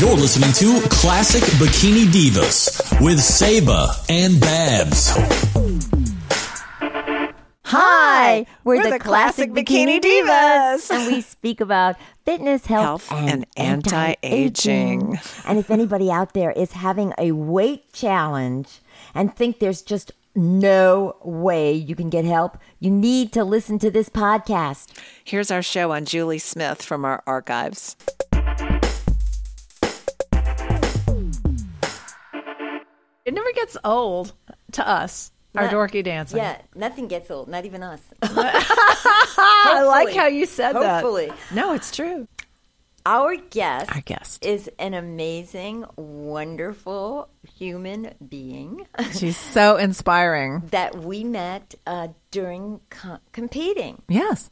You're listening to Classic Bikini Divas with Saba and Babs. Hi, we're, We're the, the Classic, Classic Bikini Bikini, Divas. Divas. and we speak about fitness, health, Health and anti-aging. And if anybody out there is having a weight challenge and think there's just no way you can get help, you need to listen to this podcast. Here's our show on Julie Smith from our archives. It never gets old to us, our No. dorky dancing. Yeah, nothing gets old, not even us. I like how you said Hopefully. that. No, it's true. Our guest Our guest. is an amazing, wonderful human being. She's so inspiring. that we met uh, during co- competing. Yes.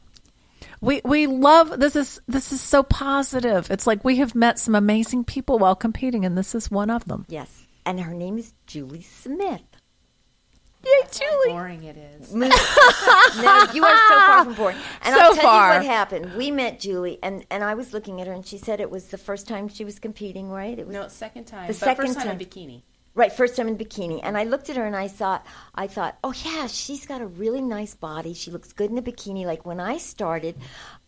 We we love this is this is so positive. It's like we have met some amazing people while competing and this is one of them. Yes. And her name is Julie Smith. Yay, Julie. No, you are so far from boring. And So I'll tell far. you what happened. We met Julie, and, and I was looking at her, and she said it was the first time she was competing, right? It was No, second time. The but second first time, time. in bikini. right first time in bikini. And I looked at her, and I thought, I thought, oh yeah, she's got a really nice body. She looks good in a bikini. Like when I started,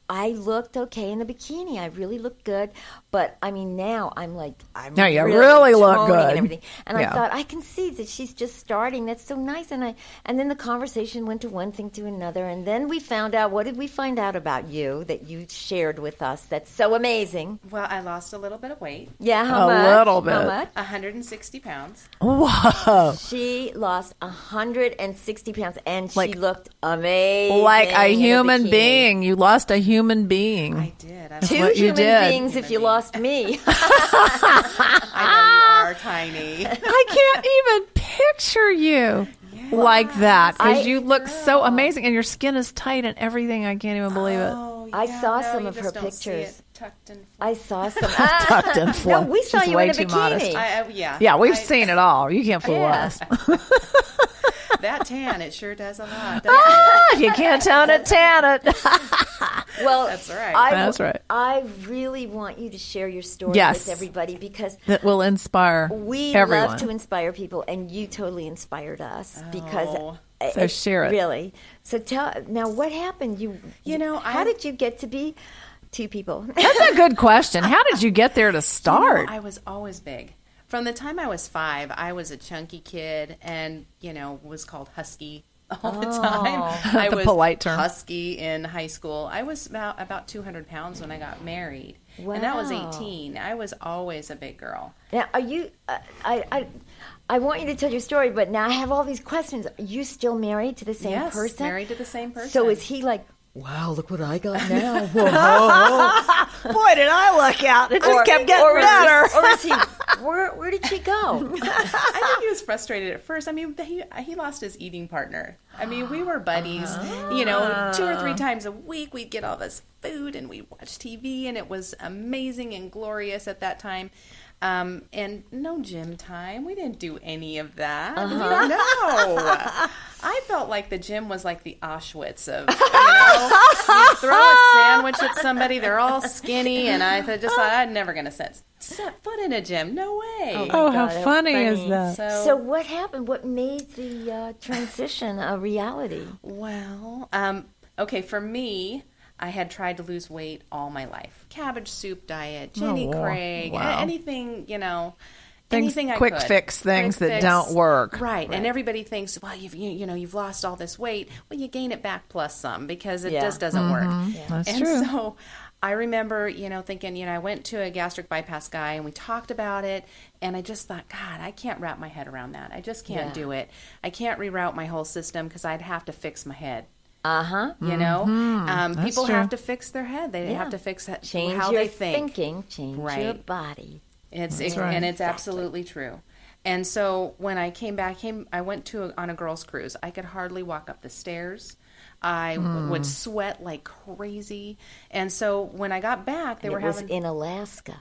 I looked okay in the bikini. I really looked good, but I mean now I'm like I'm Now you really look toning good. and everything. And Yeah. I thought I can see that she's just starting. That's so nice. And I and then the conversation went to one thing to another, and then we found out. What did we find out about you that you shared with us? That's so amazing. Well, I lost a little bit of weight, Yeah, how A much? little How bit. much? 160 pounds. Whoa. She lost 160 pounds, and Like- she looked amazing. Like in a human bikini. being. You lost a human being. I did. I, Two what you human did. beings. If you lost me, Ah! I know you are tiny. I can't even picture you like that I- because you look so amazing and your skin is tight and everything. I can't even believe it. Oh, I yeah, saw no, some you of just her don't see it pictures. tucked and fl- I saw some. Tucked and no, fluff. we saw She's you way in a too bikini. modest. I, oh, yeah. Yeah, we've I- seen it all. You can't fool Yeah. us. That tan, it sure does a lot. doesn't it? if you can't tone it, tan it. Well, That's right. I, That's right. I really want you to share your story Yes. with everybody because That will inspire we everyone. love to inspire people, and you totally inspired us because. Oh. So it- share it. Really. So tell now what happened. You You know, how I- did you get to be two people? That's a good question. How did you get there to You know, start? I was always big. From the time I was five, I was a chunky kid, and you know was called husky all the time. I Oh. The was polite term. husky in high school. I was about about 200 pounds when I got married, and that was Wow. 18. I was always a big girl. Now, are you? Uh, I, I, I want you to tell your story, but now I have all these questions. Are you still married to the same yes, person? married to the same person. So is he like? Wow! Look what I got now. Whoa. Boy, did I luck out. It just kept getting or is he- better. or is he? Where, where did she Oh go? I think he was frustrated at first. I mean, he he lost his eating partner. I mean, we were buddies, you know, two or three times a week. We'd get all this food and we watched TV, and it was amazing and glorious at that time. Um, and no gym time. We didn't do any of that. No. I felt like the gym was like the Auschwitz of, you know, you throw a sandwich at somebody, they're all skinny, and I th- just thought, I'm never going to set, set foot in a gym. No way. oh, how God, how funny, is funny. that? So what happened? What made the uh, transition a reality? Well, um, okay, for me, I had tried to lose weight all my life. Cabbage soup diet, Jenny Oh, wow. Craig, a- Wow. anything, you know, Things- anything I quick could. fix things that don't work. Right. And everybody thinks, well, you've, you, you know, you've lost all this weight. Well, you gain it back plus some because it Yeah. just doesn't work. That's and true. so I remember, you know, thinking, you know, I went to a gastric bypass guy and we talked about it. And I just thought, God, I can't wrap my head around that. I just can't do it. I can't reroute my whole system because I'd have to fix my head. Uh huh. You know, um, people Mm-hmm. true. have to fix their head. They have to fix ha- Change how your they think. thinking. Change your Right. body. It's it- and it's absolutely true. And so when I came back, came I went to a, on a girls' cruise. I could hardly walk up the stairs. I Hmm. w- would sweat like crazy. And so when I got back, they It were was having in Alaska.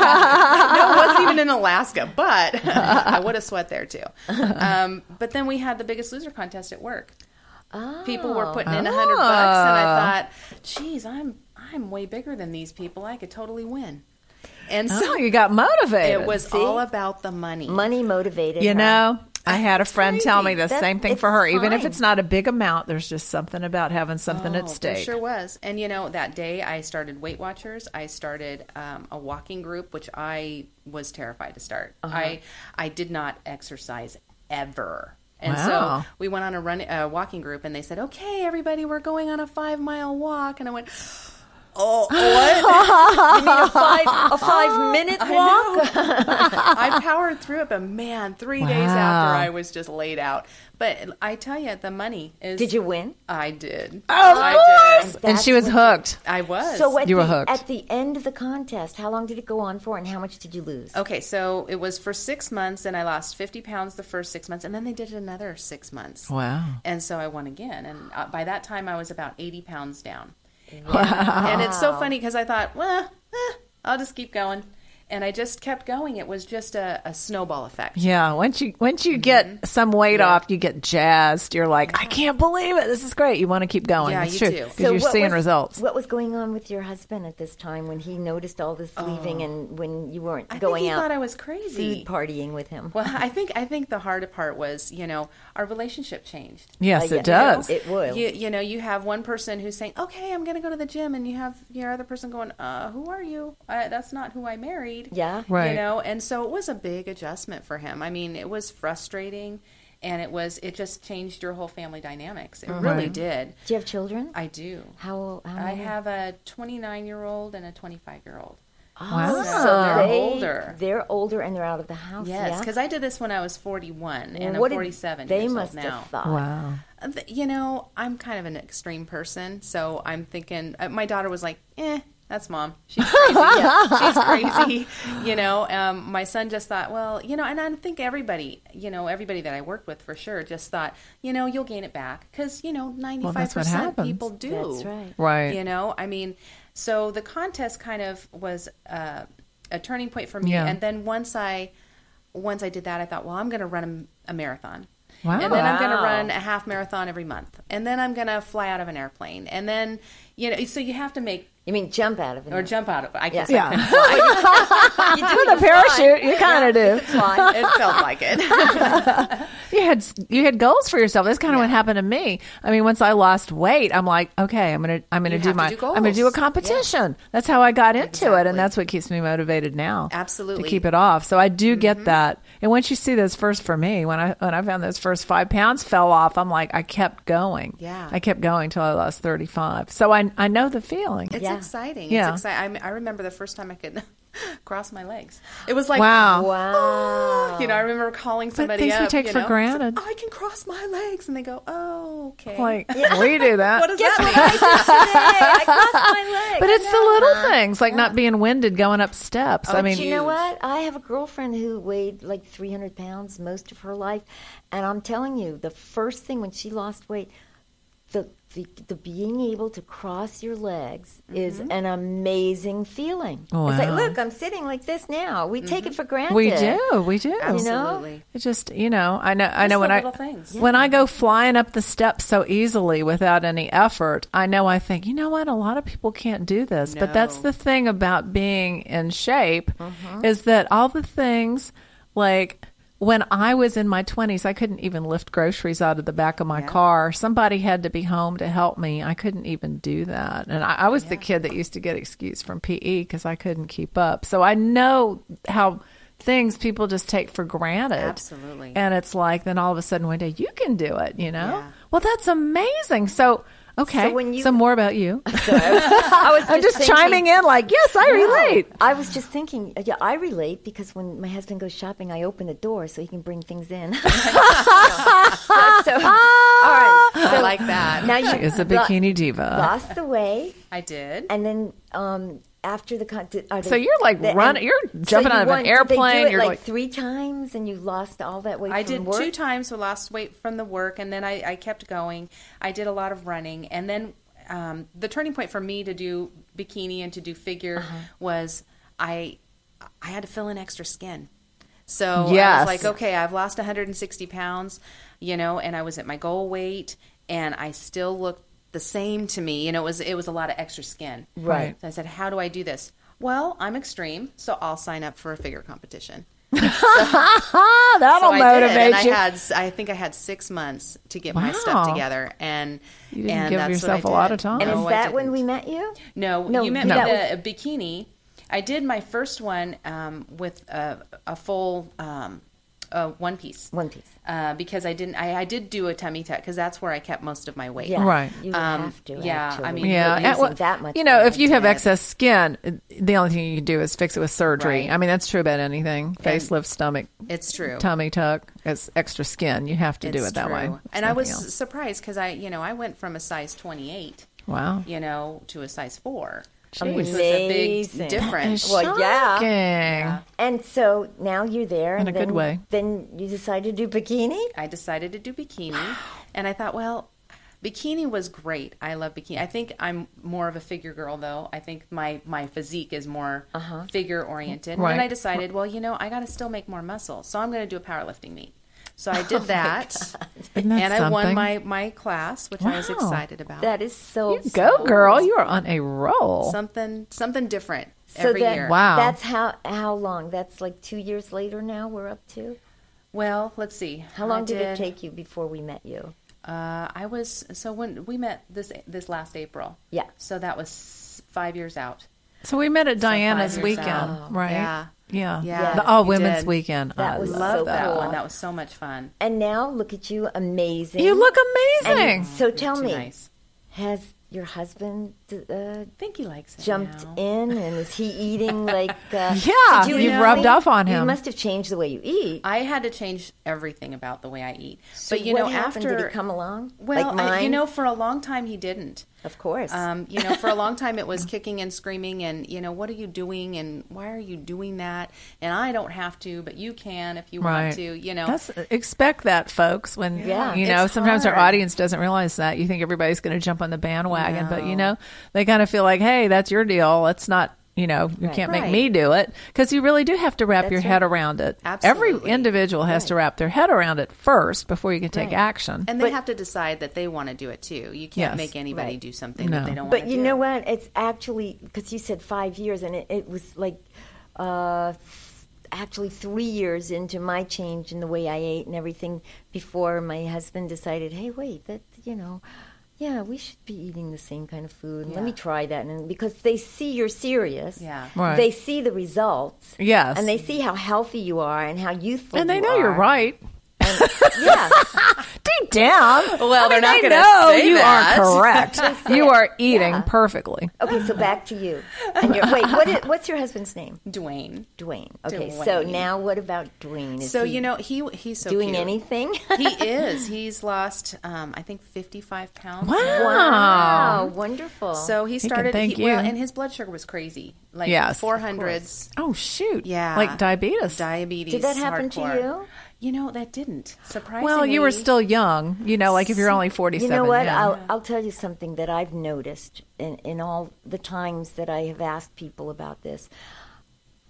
no, it wasn't even in Alaska, but I would have sweat there too. Um, but then we had the Biggest Loser contest at work. People were putting in a hundred bucks, and Oh. I thought, "Geez, I'm I'm way bigger than these people. I could totally win." And so Oh, you got motivated. it was all about the money. Money motivated. You her. know, I had a friend tell me the That- same thing it's for her. Even if fine. it's not a big amount, there's just something about having something at Oh, there stake. sure was. And you know, that day I started Weight Watchers. I started um, a walking group, which I was terrified to start. Uh-huh. I I did not exercise ever. And Wow. so we went on a run uh, walking group, and they said, "Okay, everybody, we're going on a five mile walk." And I went, "Oh, what?" a five a five minute I walk. know. I powered through it, but man, three days after I was just laid out. But I tell you, the money is. Did you win? I did. Of I did. course. And she was That's what- hooked. I was. So at You were the, hooked. At the end of the contest, how long did it go on for, and how much did you lose? Okay, so it was for six months, and I lost fifty pounds the first six months, and then they did another six months. Wow. And so I won again, and uh, by that time I was about eighty pounds down. And it's so funny because I thought, well, eh, I'll just keep going, and I just kept going. It was just a, a snowball effect. Yeah, once you once you Mm-hmm. get some weight off, you get jazzed. You're like, I can't believe it. This is great. You want to keep going. Yeah, it's you true do. because you're what seeing was- results. What was going on with your husband at this time when he noticed all this leaving and when you weren't Oh. I going think he out thought I was crazy. food partying with him? Well, I think I think the harder part was, you know, our relationship changed. yes, Uh, it yeah, does. It will. Oh, You, you know, you have one person who's saying, "Okay, I'm going to go to the gym," and you have your other person going, "Uh, who are you? Uh, that's not who I married." Yeah. Right. You know, and so it was a big adjustment for him. I mean, it was frustrating, and it was it just changed your whole family dynamics. It really did. Do you have children? I do. how old? How I many? have a 29 year old and a 25 year old. Wow. So they're Ah, They- older. They're older and they're out of the house. Yes, Oh, yeah? because I did this when I was 41, and What I'm did- 47 They years must old now. have thought. wow. Uh, th- you know, I'm kind of an extreme person, so I'm thinking. uh, My daughter was like, "Eh, that's mom. She's crazy. She's crazy." You know, um, my son just thought, "Well, you know," and I think everybody, you know, everybody that I worked with for sure just thought, "You know, you'll gain it back," because you know, ninety five that's what percent happens. people do. That's right. Right. You know, I mean, so the contest kind of was uh, a turning point for me, Yeah. and then once I once I did that, I thought, well, I'm going to run a, a marathon. Wow. And then I'm going to Wow. run a half marathon every month. And then I'm going to fly out of an airplane. And then, you know, so you have to make You mean jump out of it or jump out of I guess Yeah. I You do With a parachute, you kind of do. fly. it felt like it. You had you had goals for yourself. That's kind of what happened to me. I mean, once I lost weight, I'm like, okay, I'm gonna I'm gonna You do have to my do I'm gonna do a goals. competition. That's how I got into it, Exactly. and that's what keeps me motivated now. Absolutely. Mm-hmm. to keep it off. So I do get that. And once you see those first for me, when I when I found those first five pounds fell off, I'm like, I kept going. Yeah. I kept going till I lost 35. So I I know the feeling. It's Yeah. exciting. Yeah. It's exciting. I remember the first time I could cross my legs. It was like, "Oh," Wow. Wow. You know, I remember calling somebody things up. we take you for know, "Oh, granted. I can cross my legs, and they go, "Oh, okay." Like we do that. what does that mean? I crossed my leg. but it's the little Uh-huh. things, like not being winded going up steps. Oh, I mean, you know what? I have a girlfriend who weighed like 300 pounds most of her life, and I'm telling you, the first thing when she lost weight, the the, the being able to cross your legs is an amazing feeling. It's like, Mm-hmm. Oh, Wow. Mm-hmm. look, I'm sitting like this now. We take it for granted. we do, we do. Absolutely. It just you know, I know, I know the when I little things. when I go flying up the steps so easily without any effort, I know I think, you know what, a lot of people can't do this, but that's No. the thing about being in shape Mm-hmm. is that all the things like when I was in my 20s, I couldn't even lift groceries out of the back of my car. Somebody had to be home to help me. I couldn't even do that. And I, I was the kid that used to get excused from PE because I couldn't keep up. So I know how things people just take for granted. Absolutely. And it's like then all of a sudden one day you can do it, you know? Yeah. Well, that's amazing. So, okay. So when you- Some more about you. I was I'm just thinking- chiming in like, yes, I relate. I was just thinking, uh, yeah, I relate because when my husband goes shopping, I open the door so he can bring things in. so, all right. I like that. Now you She is a lo- bikini diva. lost the way, I did. and then um, after the con- did- are they, So you're like the- run- and- you're jumping you out of an won- did they do airplane, it you're like, like- three times, and you lost all that weight. I from did work? two times. So lost weight from the work, and then I, I kept going. I did a lot of running, and then um, the turning point for me to do bikini and to do figure was I I had to fill in extra skin. So I Yes. was like, okay, I've lost 160 pounds, you know, and I was at my goal weight, and I still looked the same to me. You know, it was it was a lot of extra skin. Right. So I said, "How do I do this?" Well, I'm extreme, so I'll sign up for a figure competition. Ah, that'll so I did, motivate and you. I had, I think I had six months to get my Wow. stuff together, and didn't and give that's yourself a what I lot did. of time. And No, is I that when didn't. we met you? No, No, you meant that the bikini. I did my first one um, with a, a full um, uh, one piece. One piece. Uh, because I didn't, I, I did do a tummy tuck because that's where I kept most of my weight. Yeah, Right. You would Um, have to. yeah, actually. I mean, yeah, but and using well, that much You know, if you have content. excess skin, the only thing you can do is fix it with surgery. Right. I mean, that's true about anything: facelift, stomach, It's true. tummy tuck. It's extra skin. You have to do It's it that way. true. There's And I nothing was else. surprised because I, you know, I went from a size 28, wow. you know, to a size four, Jeez. which was a Amazing. big difference. Well, yeah. Shocking. And so now you're there. In and a good then- way. Then you decide to do bikini? I decided to do bikini, and I thought, well, bikini was great. I love bikini. I think I'm more of a figure girl, though. I think my my physique is more Uh-huh. figure oriented. Right. And I decided, well, you know, I got to still make more muscle, so I'm going to do a powerlifting meet. So Oh I did that, Isn't that and I won something? my my class, which I was Wow. excited about. That is so. You go, girl. You are on a roll. something something different So every that, year. Wow. That's how how long? That's like two years later now. We're up to. Well, let's see. How long I did, it take you before we met you? Uh, I was so when we met this this last April. Yeah. So that was five years out. so we met at Diana's years weekend, out. right? Yeah. Yeah. Yeah, The All we Women's did. Weekend. That I was love so that that cool. one. That was so much fun. And now look at you, amazing. You look And amazing. so tell Too me, nice. has your husband uh, I think he likes it. jumped now. in, and is he eating like? Uh, Yeah, did you you've know- rubbed off on You him. must have changed the way you eat. I had to change everything about the way I eat. So but you what know, happened? after did he come along? well, like I- mine? you know, for a long time he didn't. of course. Um, you know, for a long time it was kicking and screaming and, you know, what are you doing and why are you doing that? And I don't have to, but you can if you want to, you know. That's, expect that, folks. When Yeah. you know, It's sometimes our hard. audience doesn't realize that. You think everybody's going to jump on the bandwagon, but you know, they kind of feel like, "Hey, that's your deal. Let's not." You know, you can't make Right. me do it because you really do have to wrap your head around it. Every Absolutely. individual has to wrap their head around it first before you can take action. and they have to decide that they want to do it too. You can't Yes. make anybody Right. do something No. that they don't want But to you do. know what? It's actually because you said five years, and it, it was like uh, th- actually three years into my change in the way I ate and everything before my husband decided, hey, wait, that you know. Yeah, we should be eating the same kind of food. Let me try that, and because they see you're serious, Yeah. Right. they see the results, Yes. and they see how healthy you are and how youthful. and they you know you're are. right. Yeah, Deep down, Well, I mean, they're not they gonna know say you that. are correct. you are eating Yeah. perfectly. okay. So back to you. And your, wait, what is, what's your husband's name? Dwayne. Dwayne. Okay, so Dwayne. now what about Dwayne? Is So he you know he he's so doing cute. anything? he is. He's lost, um, I think, fifty-five pounds. wow, wonderful. So he can started. thank well, you. and his blood sugar was crazy, like Yes, of four hundreds. Oh shoot! Yeah, like diabetes. Diabetes. Did that happen to hardcore. you? You know that didn't. Surprisingly, Well, you were still young, you know. Like if you're only you forty-seven, know what? yeah. I'll, I'll tell you something that I've noticed in, in all the times that I have asked people about this.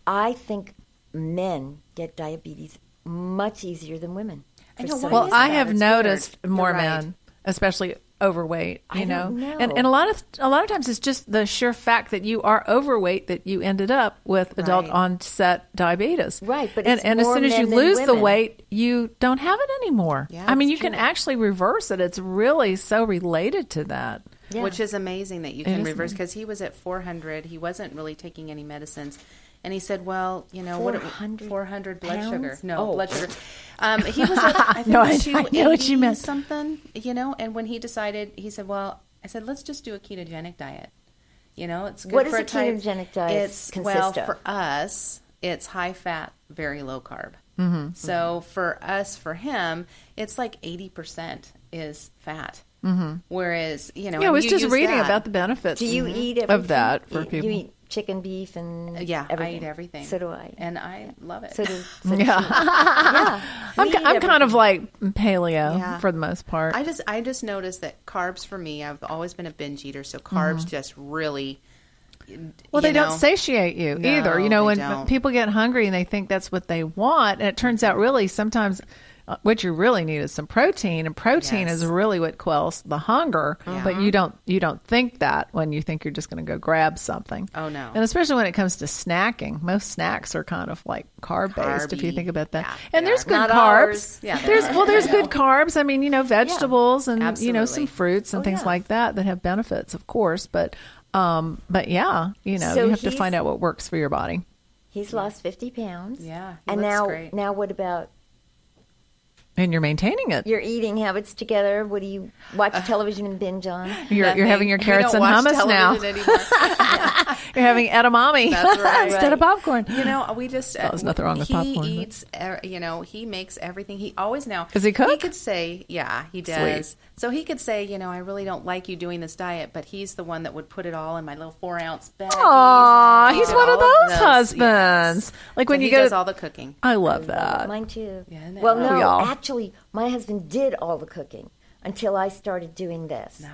I think men get diabetes much easier than women. I for know, some why well, is reason. I that? have It's noticed weird. more You're right. men, especially overweight. You I don't know. and and a lot of a lot of times it's just the sheer fact that you are overweight that you ended up with adult Right. onset diabetes. Right, but and it's and as more soon as you men than lose the women. weight, you don't have it anymore. Yeah, I mean, it's you can actually reverse it. It's really so related to that. Yeah. which is amazing that you can is reverse because he was at 400 he wasn't really taking any medicines and he said well you know what 400 400 blood sugar pounds? no Oh. blood sugar um, he was at, I think No, I- I 280 know what you meant. something you know and when he decided he said well i said let's just do a ketogenic diet you know it's good What does for a type- ketogenic diet it's well consist of? for us it's high fat very low carb mm-hmm. so for us for him it's like 80% is fat mm-hmm. whereas you know Yeah, I and was you just use reading that. about the benefits. Mm-hmm. Do Mm-hmm. you eat everything? of that for You- people? You eat chicken, beef, and Yeah, everything. I eat everything. So do I. and I love it. so do, so Yeah. yeah. I'm, we ki- eat I'm everything. kind of like paleo Yeah. for the most part. I just I just noticed that carbs for me. I've always been a binge eater, so carbs just really. Mm-hmm. well, they you don't know, satiate you either. You know, No, they when don't. people get hungry and they think that's what they want, and it turns out really sometimes uh, what you really need is some protein, and protein Yes. Uh-huh. is really what quells the hunger. But you don't you don't think that when you think you're just going to go grab something. Oh, no. And especially when it comes to snacking, most snacks are kind of like carb based. If you Carby. think about that, Yeah, and they there's are. good Not carbs. ours. Yeah, they there's are. well, there's good carbs. I mean, you know, vegetables and you know some Absolutely. Oh, fruits and things like that that have benefits, of course. But um, but yeah, you know, So you have to he's- find out what works for your body. He's lost fifty pounds. Yeah, he and looks now great. now what about And you're maintaining it. your eating habits together? What do you watch Uh, television and binge on? You're, you're having your We carrots don't and watch hummus now. television anymore. You're having edamame That's right. instead of popcorn. you know, we just uh, There's nothing wrong with he popcorn, but- eats. er, You know, he makes everything. He always now. Does he cook? He could say, yeah, he does. So he could say, you know, I really don't like you doing this diet, but he's the one that would put it all in my little four ounce bag. Aw, he's one of those yes. husbands. Like So when he you go does to- all the cooking. I love that. Mine too. uh, Yeah, isn't that well, nice? no, We all. actually, my husband did all the cooking until I started doing this. Nice.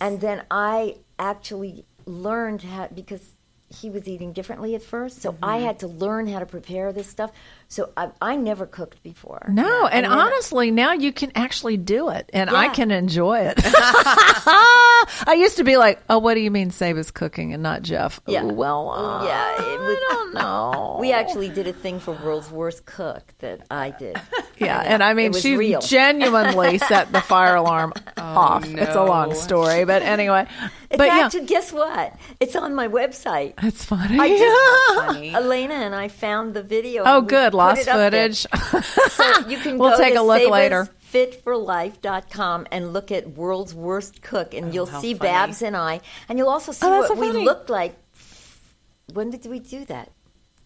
And then I actually learned how, because he was eating differently at first, so Mm-hmm. I had to learn how to prepare this stuff. So I, I never cooked before. No, and then- honestly, now you can actually do it, and I Yeah. can enjoy it. I used to be like, "Oh, what do you mean Saba's cooking and not Jeff?" Yeah. Well, uh, Yeah, it was- I don't know. We actually did a thing for World's Worst Cook that I did. yeah, and I mean, was she real. Oh, genuinely set the fire alarm off. It's a long no. story, but anyway, It's but yeah, actually, guess what? It's on my website. it's funny. I just- Funny. Elena and I found the video. oh, and we good, put lost it up there. footage. So you can We'll go take to a look later. fitforlife.com and look at world's worst cook and you'll Oh, how see funny. Babs and I and you'll also see Oh, that's what so we funny. looked like. When did we do that?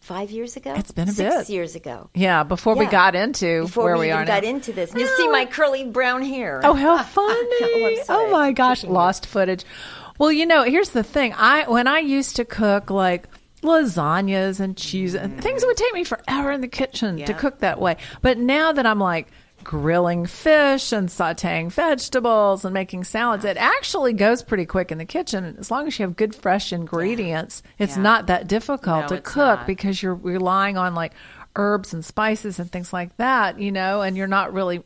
5 years ago? It's been a 6 bit. years ago. yeah, before we Yeah. got into Before where we, we, even are got now. into this. And you see my curly brown hair. Oh, how funny! I'm oh, sorry. my gosh, lost footage. Well, you know, here's the thing. I when I used to cook like lasagnas and cheese Mm-hmm. and things that would take me forever in the kitchen to Yeah. cook that way. But now that I'm like grilling fish and sautéing vegetables and making salads, it actually goes pretty quick in the kitchen. As long as you have good fresh ingredients, it's Yeah. not that difficult No, to it's cook not. because you're relying on like herbs and spices and things like that, you know, and you're not really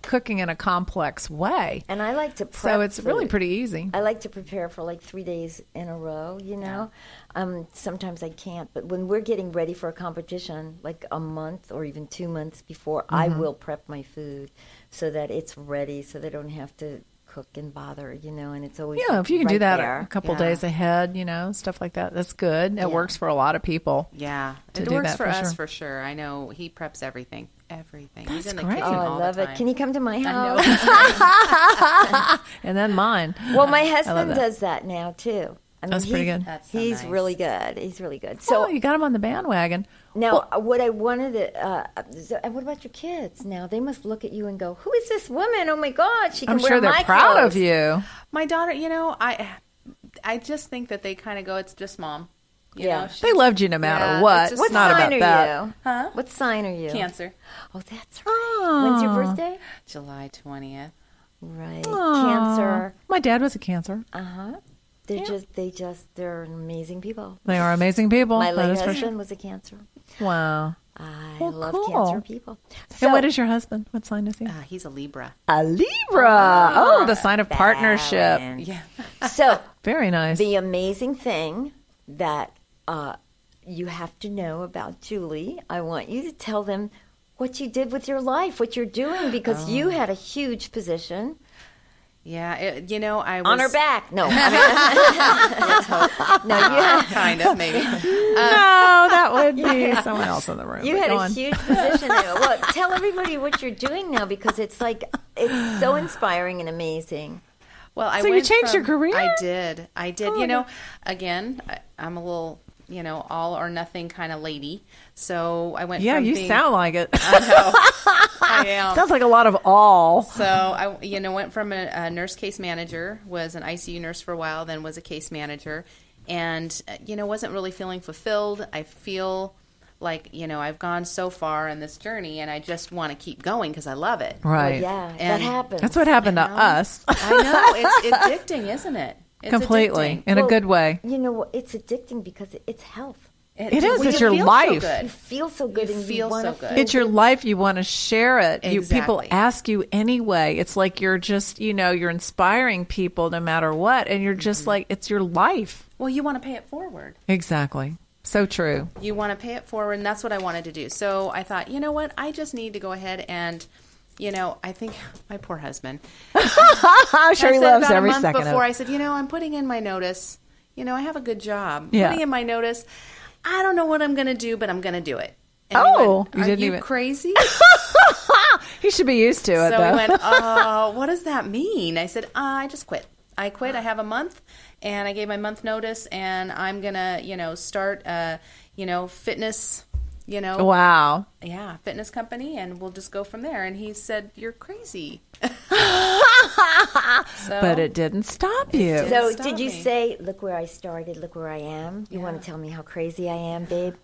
cooking in a complex way. And I like to prep So it's really food. pretty easy. I like to prepare for like three days in a row, you know. Um, sometimes I can't, but when we're getting ready for a competition, like a month or even two months before, I Mm-hmm. will prep my food so that it's ready, so they don't have to cook and bother, you know. And it's always Yeah, if you can do right that there. a couple Yeah. days ahead, you know, stuff like that, that's good. It works for a lot of people. Yeah, to it do works that for, for us sure. for sure. I know he preps everything, everything. He's That's in the great. kitchen Oh, I all love the it! time. Can you come to my I house? know. And then mine. Well, my love husband that. does that now too. I mean, That's pretty he's- good. That's so he's nice. really good. He's really good. So So Oh, you got them on the bandwagon. Now, Well- uh, what I wanted to, uh, so- and what about your kids? Now they must look at you and go, "Who is this woman? Oh my God, she can I'm wear sure they're my proud clothes." of you. my daughter you know i i just think that they kind of go it's just mom you Yeah. know she's They loved you no matter Yeah, what. it's just It's not sign about are that. you? Huh? What sign are you? cancer Oh, that's right. When's your birthday? july 20th Right, Aw. Cancer. Oh. My dad was a cancer. Uh huh. They're just, they just, they're amazing people. They are amazing people. My that late is for husband sure. was a Cancer. Wow. I Well, love cool. Cancer people. So, and what is your husband? What sign is he? uh, he's a libra A Libra. Oh, the sign of partnership. balance. yeah so Very nice. the amazing thing that uh, you have to know about Julie, I want you to tell them what you did with your life, what you're doing, because you had a huge position yeah it, you know i was on her back. No, I mean, no, you had, kind of maybe Uh, no, that would be someone else in the room. you but had go a on. huge position. there. Well, tell everybody what you're doing now, because it's like it's so inspiring and amazing. Well, I So you went changed from- your career? Oh I did. I did. you know, again, I, I'm a little, you know, all or nothing kind of lady. So I went. Yeah, from you being, sound like it. I know. I am. Sounds like a lot of all. So I, you know, went from a, a nurse case manager, was an ICU nurse for a while, then was a case manager, and uh, you know, wasn't really feeling fulfilled. I feel like you know I've gone so far in this journey, and I just want to keep going because I love it. Right. Yeah, that And happens. That's what happened to us I know it's addicting, isn't it? It's completely addicting. in a Well, good way. You know, what? it's addicting because it- it's health. It is. when It's you your feel so life. good. You feel so good You and feel you wanna so good. feel It's your life. You want to share it. You, people Exactly. ask you anyway. It's like you're just, you know, you're inspiring people no matter what. And you're Mm-hmm. just like, it's your life. Well, you want to pay it forward. Exactly. So true. You want to pay it forward, and that's what I wanted to do. So I thought, you know what? I just need to go ahead and, you know, I think my poor husband. I'm I sure he said loves about every a month second before of it. I said, you know, I'm putting in my notice. You know, I have a good job. Yeah. Putting in my notice. I don't know what I'm going to do, but I'm going to do it. And he Oh, went, you are didn't you even- crazy? He should be used to it, so though. I went, oh, what does that mean? I said, I just quit. I quit. I have a month, and I gave my month notice, and I'm gonna, you know, start a, you know, fitness, you know, wow. yeah, fitness company, and we'll just go from there. And he said, "You're crazy." so, But it didn't stop you. didn't. So Stop did you me. say, "Look where I started, look where I am"? You want to tell me how crazy I am, babe?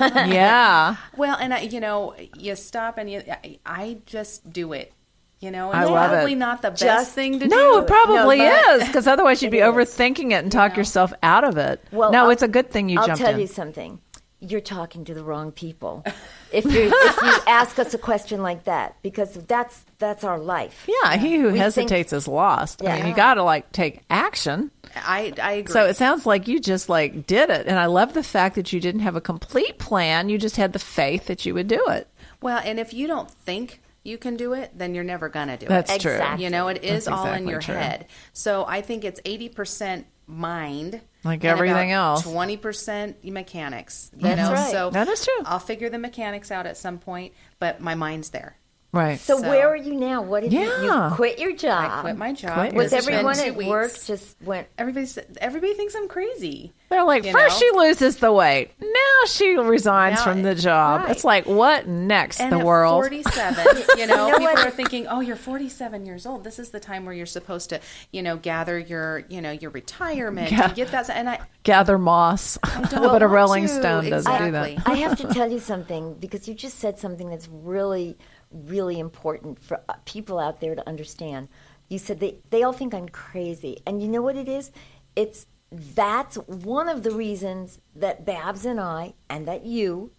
yeah. well, and I, you know, you stop and you, I, I just do it. You know, and I it's love it. probably not the best Just thing to do. No, it probably No, but- is because otherwise you'd be overthinking it and talk yourself out of it. Well, no, I'll- it's a good thing you I'll jumped tell in. you something. You're talking to the wrong people if you if you ask us a question like that because that's that's our life. yeah, he who We hesitates is lost. I Yeah. mean, you got to like take action. I, I agree. So it sounds like you just like did it, and I love the fact that you didn't have a complete plan. You just had the faith that you would do it. Well, and if you don't think you can do it, then you're never going to do That's it. true. Exactly. You know, it is all in exactly your true. head. So I think it's 80% mind. Like and about everything else. 20% mechanics. You That's know, right. so That is true. I'll figure the mechanics out at some point, but my mind's there. Right. So, So- where are you now? What did you, Yeah. you quit your job? I quit my job. Ah, Quit. This Was It's has been everyone two at weeks. work just went? Everybody, sa- everybody thinks I'm crazy. they're like, you first know? she loses the weight, now she resigns Now- from the job. right. It's like, what next? and the at world. 47 you know, people are thinking oh you're 47 years old this is the time where you're supposed to you know gather your you know your retirement Yeah. and get that and i gather moss. don't but a want Rolling to. Stone doesn't do Exactly. that. I have to tell you something because you just said something that's really, really important for uh, people out there to understand. You said they, they all think I'm crazy. And you know what it is? It's that's one of the reasons that Babs and I and that you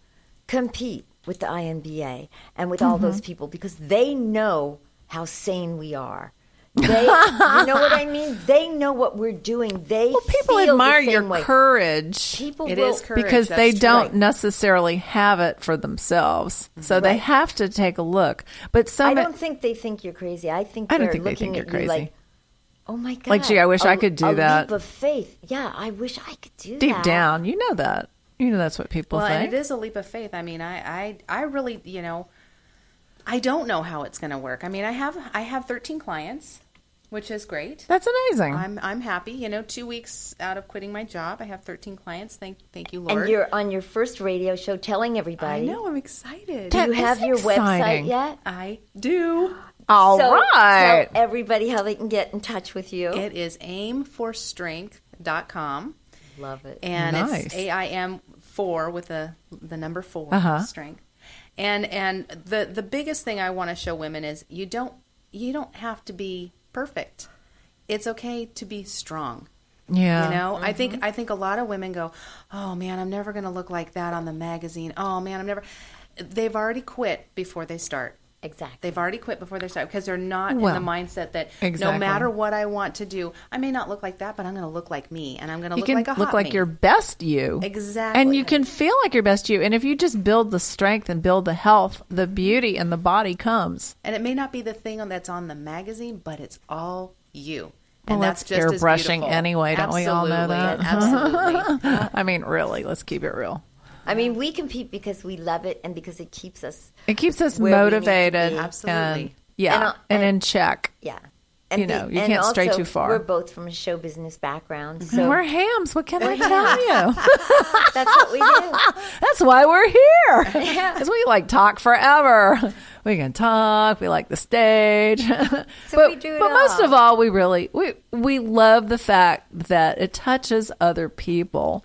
compete with the INBA and with Mm-hmm. all those people because they know how sane we are. They, you know what I mean? They know what we're doing. They Well, people feel the admire same your way. courage. People It will, is courage. because they that's don't true. necessarily have it for themselves, so they have to take a look. But I some, don't think they think you're crazy. I think I don't they're think they looking think at you're you crazy. like, oh my god, Like, gee, I wish I I could do a that." Leap of faith. Yeah, I wish I could do deep that. down, you know that you know that's what people well eh? think. and it is a leap of faith i mean i i, I really you know i don't know how it's going to work i mean i have i have 13 clients which is great That's amazing. Uh-huh. I'm I'm happy, you know. Two weeks out of quitting my job, I have 13 clients. Thank thank you, Lord. and you're on your first radio show telling I everybody. know I'm excited. Do you That have is your exciting. website yet? I do. All so right. Tell everybody how they can get in touch with you. It is aimforstrength.com. Love it. and Nice. it's A I M four with the the number 4 Uh-huh. strength. And and the the biggest thing I want to show women is you don't you don't have to be perfect. It's okay to be strong. yeah. Mm-hmm. You know, I think I think a lot of women go, "Oh man, I'm never going to look like that on the magazine. Oh man, I'm never." They've already quit before they start. Exactly. They've already quit before they start because they're not Well, in the mindset that exactly. no matter what I want to do, I may not look like that, but I'm going to look like me, and I'm going to you look can like a look hot like me. your best you. Exactly. And you can feel like your best you. And if you just build the strength and build the health, the beauty and the body comes. And it may not be the thing on- that's on the magazine, but it's all you. Well, and that's that's just as airbrushing beautiful. anyway, don't we all know that? Absolutely. Absolutely. I mean, really, let's keep it real. I mean, we compete because we love it and because it keeps us. It keeps us Where we need to motivated. be. And, Absolutely. yeah. And, And, uh, in check. Yeah. You know, you and can't stray also, too far. Mm-hmm. We're both from a show business background, so We're hams. What can I tell you? that's what we do. That's why we're here. Because we like talk forever. We can talk. We like the stage. but we do it but most all. of all, we really we we love the fact that it touches other people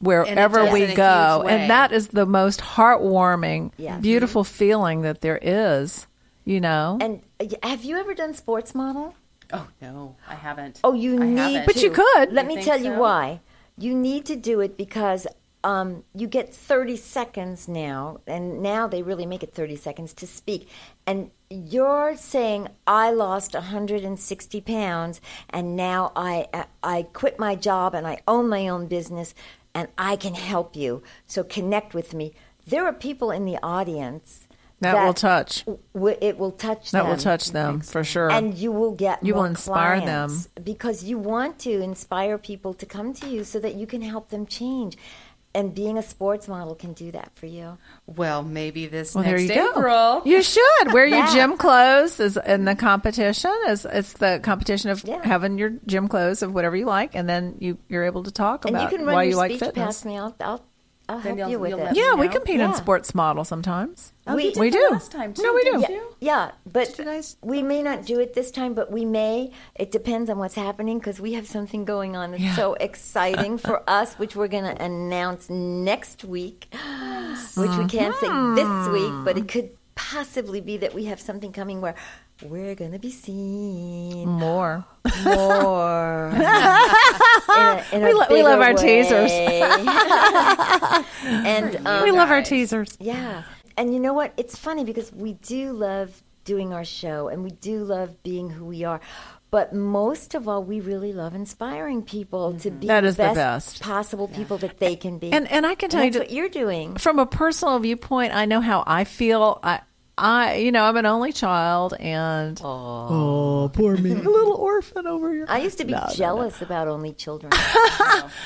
wherever does we in a go, huge way. and that is the most heartwarming, Yeah. beautiful feeling that there is. You know, And uh, have you ever done sports model? Oh, no, I haven't. Oh, you I need. haven't. But you to. could. Let You me think tell you so? why. You need to do it because um, you get 30 seconds now, and now they really make it 30 seconds to speak. And you're saying, I lost 160 pounds, and now I, uh, I quit my job and I own my own business, and I can help you. So connect with me. There are people in the audience That will touch. W- it will touch That them. will touch them for sure. And you will get You will more inspire clients because you want to inspire people to come to you so that you can help them change. And being a sports model can do that for you. Well, maybe this well, there next you April. go. You should wear your Yeah. gym clothes is in the competition. Is it's the competition of Yeah. having your gym clothes of whatever you like, and then you you're able to talk And you about can why run you your like speech fitness. past me. I'll, I'll, I'll help you'll- you with you'll it. let me Yeah, we know. compete in Yeah. Oh, sports model sometimes. We- did we that do. last time too. No, we do. didn't Yeah. you? Yeah, but you guys- we may not do it this time, but we may. It depends on what's happening because we have something going on that's Yeah. so exciting for us, which we're going to announce next week, which we can't say Uh-huh. this week, but it could possibly be that we have something coming where we're going to be seen More. more. in a- in a We lo- we love bigger our teasers. way. and um, We love our guys. teasers. yeah. And you know what? It's funny because we do love doing our show and we do love being who we are. But most of all, we really love inspiring people to Mm-hmm. be That the is the best, best. possible people that they can be. And and I can tell that's you what you're doing. from a personal viewpoint, I know how I feel. I, I, you know, I'm an only child, and oh, poor me, a little orphan over here. I used to be jealous about only children.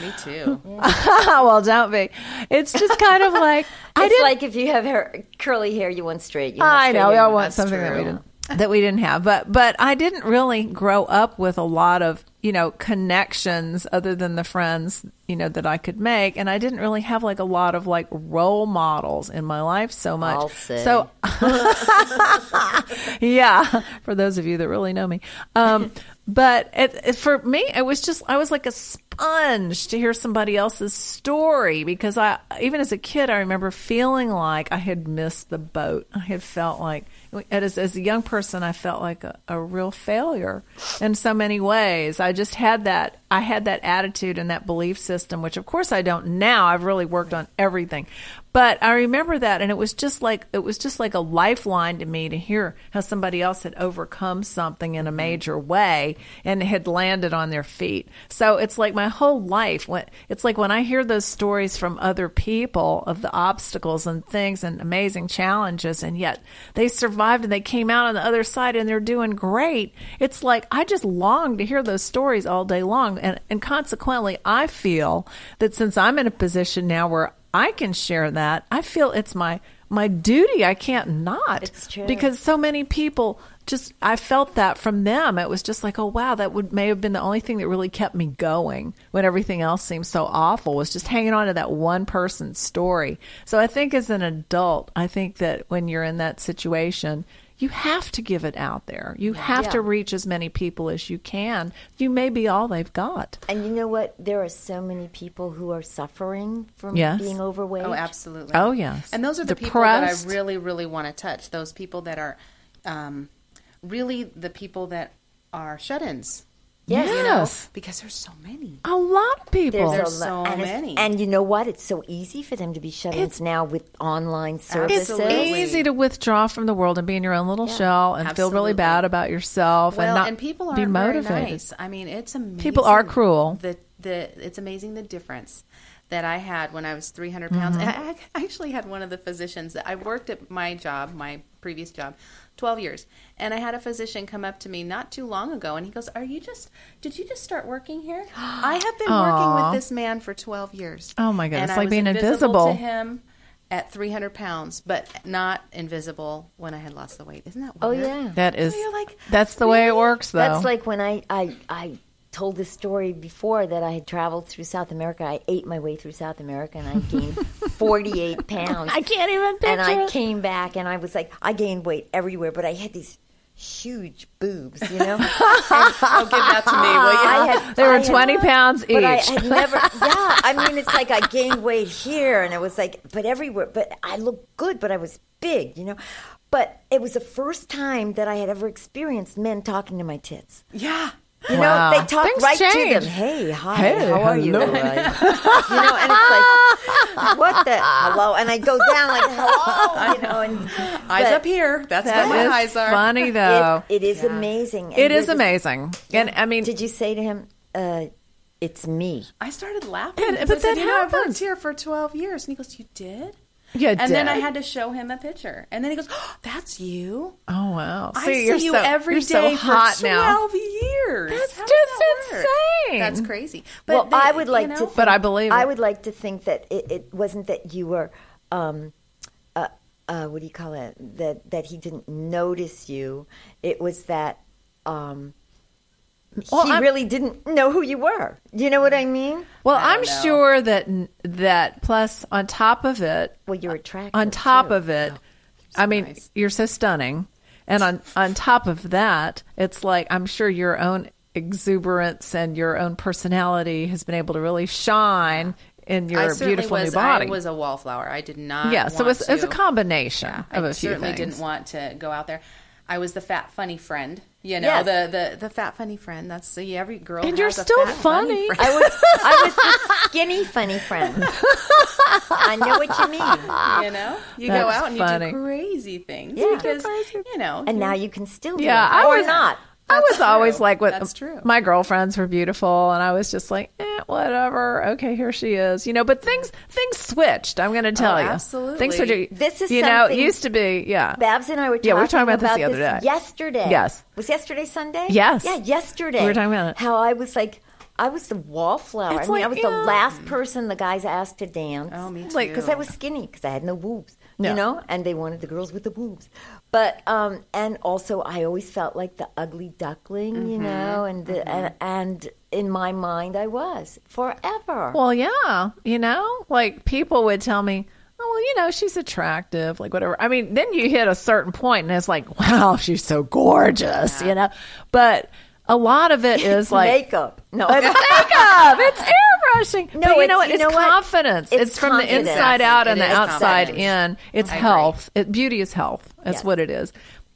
Me too. well, don't be. It's just kind of like I it's didn't. like if you have hair, curly hair, you want straight. You want I know straight we all hair. want That's something that we true. didn't that we didn't have, but but I didn't really grow up with a lot of you know connections other than the friends you know that I could make, and I didn't really have like a lot of like role models in my life so much. I'll say. So yeah, for those of you that really know me. Um, but it, it- for me, it was just I was like a sponge to hear somebody else's story because I even as a kid, I remember feeling like I had missed the boat. I had felt like as, as a young person, I felt like a, a real failure in so many ways. I just had that I had that attitude and that belief system, which of course I don't now. I've really worked on everything, but I remember that, and it was just like it was just like a lifeline to me to hear how somebody else had overcome something in a major way and had landed on their feet. So it's like my whole life. When it's like when I hear those stories from other people of the obstacles and things and amazing challenges, and yet they survived and they came out on the other side and they're doing great. It's like I just long to hear those stories all day long, and and consequently, I feel that since I'm in a position now where I can share that. I feel it's my my duty. I can't not. It's true. Because so many people just I felt that from them. It was just like, oh wow, that would may have been the only thing that really kept me going when everything else seemed so awful was just hanging on to that one person's story. So I think as an adult, I think that when you're in that situation, you have to give it out there. You have to reach as many people as you can. You may be all they've got. And you know what? There are so many people who are suffering from Yes. being overweight. Oh, absolutely. Oh, yes. And those are the Depressed. people that I really, really want to touch. Those people that are um, really the people that are shut-ins. Yes. You know, Yes. because there's so many. A lot of people. There's, There's a lot, so and it's- many. and you know what? It's so easy for them to be shut-ins It's- now with online It's services. Absolutely. easy to withdraw from the world and be in your own little shell and feel really Absolutely. bad about yourself Well, and and, not people be are motivated. Very nice. I mean, it's amazing. People are cruel. The the it's amazing the difference that I had when I was 300 Mm-hmm. pounds. And I, I actually had one of the physicians that I worked at my job, my previous job, 12 years, and I had a physician come up to me not too long ago, and he goes, "Are you just? Did you just start working here? I have been working Aw. with this man for 12 years. Oh my goodness, And I like was being invisible. to him." At 300 pounds, but not invisible when I had lost the weight. Isn't that Oh weird? yeah. That is you're like, that's the way it works though. That's like when I, I I told this story before that I had traveled through South America. I ate my way through South America and I gained 48 pounds. I can't even picture and I it. came back and I was like, I gained weight everywhere, but I had these huge boobs, you know. Oh, give that to me, will you? I had, They were I had- 20 pounds But I each. had never, yeah. I mean, it's like I gained weight here, and it was like, but everywhere, but I looked good, but I was big, you know. But it was the first time that I had ever experienced men talking to my tits. Yeah. You Wow. know, they talk Things right change. to them. Hey, hi, Hey, how are you? hello. you know, and it's like, what the hello? And I go down like hello, you know. And Eyes But up here. That's That where my is eyes are. funny though. it, it is amazing. And it is you're just- amazing, and I mean, Did you say to him, uh, "It's me"? I started laughing. And- because but I said, that you know, I've worked happens. here for 12 years. And he goes, You did? You and then I did. had to show him a picture. And then he goes, oh, That's you. oh wow! I see you every you're day so hot for now. 12 years. That's How does just that work? insane. That's crazy. But Well, they- I would you like know, to. Think, But I believe I it. would like to think that it, it wasn't that you were, um, uh, uh, what do you call it? That that he didn't notice you. It was that um, Well, he I'm- really didn't know who you were. You know what I mean? Well, I I'm don't know. sure that that plus on top of it, uh, Well, you're attractive. on top too. of Oh, it, I mean, nice. you're so stunning, and on on top of that, it's like I'm sure your own exuberance and your own personality has been able to really shine in your I certainly beautiful was, new body. I was a wallflower. I did not. yeah, so want it's, it's a to- combination of a I few certainly things. didn't want to go out there. I was the fat funny friend, you know, Yes. the, the the fat funny friend. That's the, every girl. And has you're a still fat funny. funny. friend. I was I was the skinny funny friend. I know what you mean. you know, you go Ah, That's out and funny. you do crazy things Yeah. because you know. And now you can still do Yeah, it. I or was not. I was always true. like, what? That's true. My girlfriends were beautiful, and I was just like, eh, whatever. Okay, here she is. You know, but things things switched. I'm going to tell you, absolutely. Things are. do- This is you know, it something- used to be, yeah. Babs and I were talking, Yeah, we were talking about this the other day. yesterday. Yes. Was yesterday Sunday? Yes. Yeah, yesterday. We were talking about it. How I was like, I was the wallflower. It's I mean, I like, was yeah. the last person the guys asked to dance. oh, me too. Like, because I was skinny because I had no boobs, Yeah. you know, and they wanted the girls with the boobs. But um, and also I always felt like the ugly duckling, you Mm-hmm. know, and, the, and and in my mind I was forever. Well, yeah, you know, like people would tell me, oh, well, you know, she's attractive, like whatever. I mean, then you hit a certain point and it's like, wow, she's so gorgeous, you know. But a lot of it is like makeup. No, It's makeup. It's airbrushing. No, but you it's- know what? you It's know what? confidence. It's, It's from the confidence. inside out It and the is outside in. confidence. It's I agree. health. It, beauty is health. That's Yes. what it is.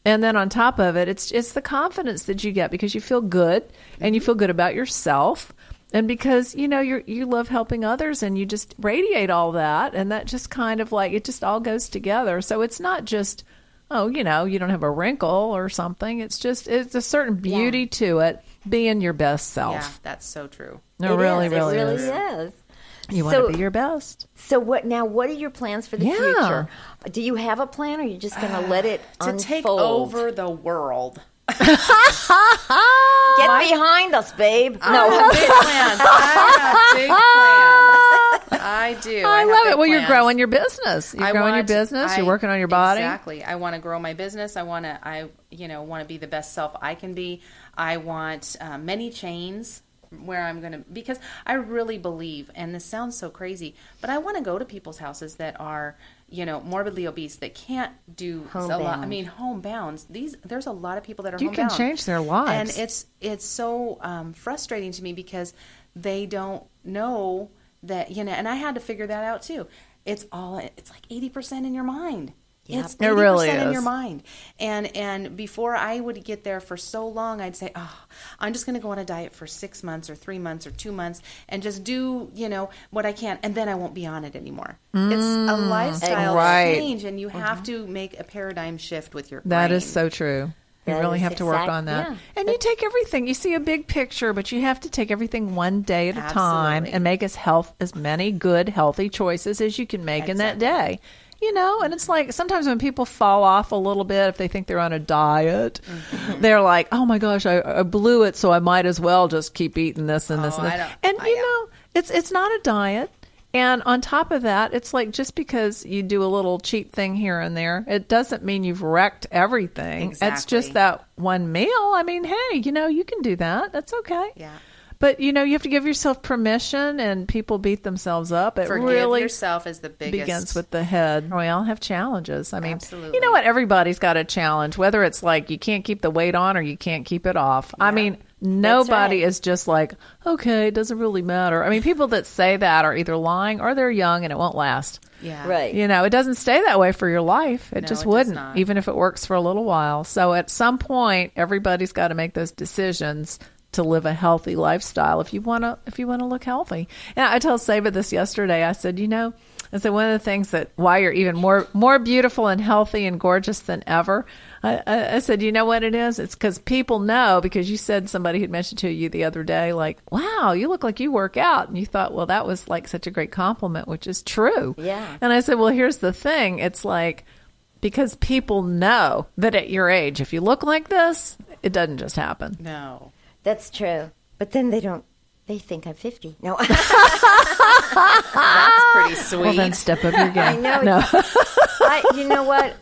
And then on top of it, it's it's the confidence that you get because you feel good and Mm-hmm. you feel good about yourself. And because you know you you love helping others, and you just radiate all that, and that just kind of like it just all goes together. So it's not just oh you know you don't have a wrinkle or something. It's just it's a certain beauty to it, being your best self. yeah, that's so true. No, It really, is. really, it really is. is. You want So- to be your best. So what now? What are your plans for the Yeah. future? Do you have a plan, or are you just going to let it To unfold? take over the world. Oh, Get behind us, babe. I no, have big plans. I have big plans. I do. I, have love big it. Well, you're plans. growing your business. You're I growing your want- business. I- you're working on your body. Exactly. I want to grow my business. I want to. I you know want to be the best self I can be. I want uh, many chains where I'm going to because I really believe, and this sounds so crazy, but I want to go to people's houses that are you know morbidly obese that can't do a lot. I Homebound. mean, homebounds. These there's a lot of people that are You can homebound. change their lives. and it's it's so um, frustrating to me because they don't know that you know and i had to figure that out too it's all it's like 80% in your mind it's 80% It really in is. your mind and and before i would get there for so long i'd say oh i'm just going to go on a diet for six months or three months or two months and just do you know what i can and then i won't be on it anymore it's a Mm. lifestyle Right. change and you have to make a paradigm shift with your That brain. is so true. You That really is have to work exact- on that. yeah. And you take everything. You see a big picture, but you have to take everything one day at a time Absolutely. and make as health as many good healthy choices as you can make in that day. You know, and it's like sometimes when people fall off a little bit if they think they're on a diet, Mm-hmm. they're like, "Oh my gosh, I, I blew it, so I might as well just keep eating this and this Oh, and I this." don't- And I- you yeah. know, it's it's not a diet. And on top of that, it's like just because you do a little cheap thing here and there, it doesn't mean you've wrecked everything. It's just Exactly. that one meal. I mean, hey, you know, you can do that. That's okay. Yeah. But you know, you have to give yourself permission and people beat themselves up. It forgive really yourself is the biggest begins with the head. Oh, We all have challenges. I mean, you Absolutely. know what? Everybody's got a challenge, whether it's like you can't keep the weight on or you can't keep it off. I mean, nobody is just like, okay, it doesn't really matter. I mean, people that say that are either lying or they're young and it won't last. yeah right. You know, it doesn't stay that way for your life. It No, just it does wouldn't, not. even if it works for a little while. So at some point, everybody's got to make those decisions to live a healthy lifestyle if you want to if you want to look healthy. And I told Saba this yesterday. I said, "You know, And so one of the things that why you're even more more beautiful and healthy and gorgeous than ever, I, I, I said, you know what it is? It's because people know because you said somebody had mentioned to you the other day, like, wow, you look like you work out, and you thought, well, that was like such a great compliment, which is true. Yeah. And I said, well, here's the thing. It's like because people know that at your age, if you look like this, it doesn't just happen. No. That's true. But then they don't. They think I'm 50. No, That's pretty sweet. Well, then step up your game. I know. No. I, you know what?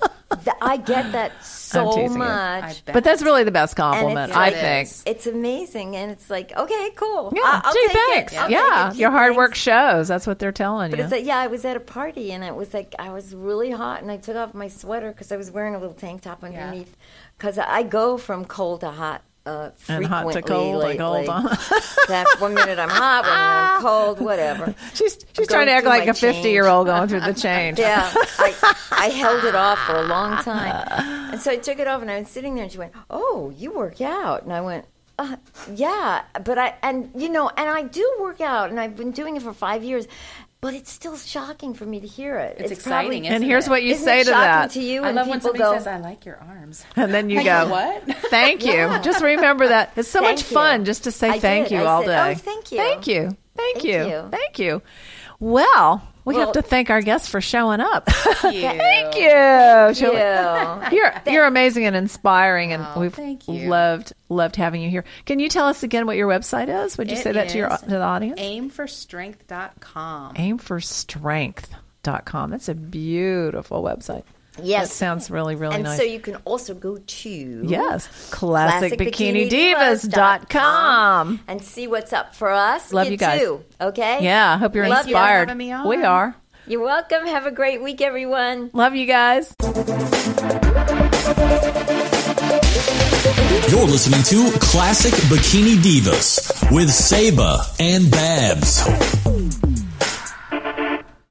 Th- I get that I'm so teasing you. much. bet. But that's really the best compliment, I like- think. It's amazing, and it's like, okay, cool. Yeah. I- I'll Gee, take it. thanks. I'll take Yeah. it. Gee, Your hard thanks. work shows. That's what they're telling But you. it's like, yeah, I was at a party and it was like I was really hot and I took off my sweater because I was wearing a little tank top underneath because I go from cold to hot. Uh, And frequently hot to cold, like, lately. hold on. that one minute I'm hot, one minute I'm cold, whatever. she's she's going trying to act through like my a 50 year old going through the change. Yeah, I, I held it off for a long time, and so I took it off, and I was sitting there, and she went, "Oh, you work out?" And I went, uh, "Yeah, but I and you know, and I do work out, and I've been doing it for five years, but it's still shocking for me to hear it. It's probably- exciting, And Isn't here's it? what you Isn't say it to shocking that. to you? I and love when people somebody go, says, "I like your arms." And then you I go, go, "What?" Thank you. Just remember that. It's so Thank much you. fun just to say I thank did. you I all said, day. "Oh, thank you." Thank you. Thank, Thank you. you. Thank you. Well, we have Well- to thank our guests for showing up. Thank you. Thank you. "Ew." Shall we- You're you're amazing and inspiring, and Oh, we've thank you. loved loved having you here. Can you tell us again what your website is? Would you It say that to your is to the audience? Aimforstrength.com. Aimforstrength.com. That's a beautiful website. Yes. That sounds really really and nice. so you can also go to yes, dot classicbikinidivas.com. com and see what's up for us. Love you guys. too, okay? Yeah, hope you're Love you for inspired. having me on. We are. You're welcome. Have a great week, everyone. Love you guys. You're listening to Classic Bikini Divas with Saba and Babs.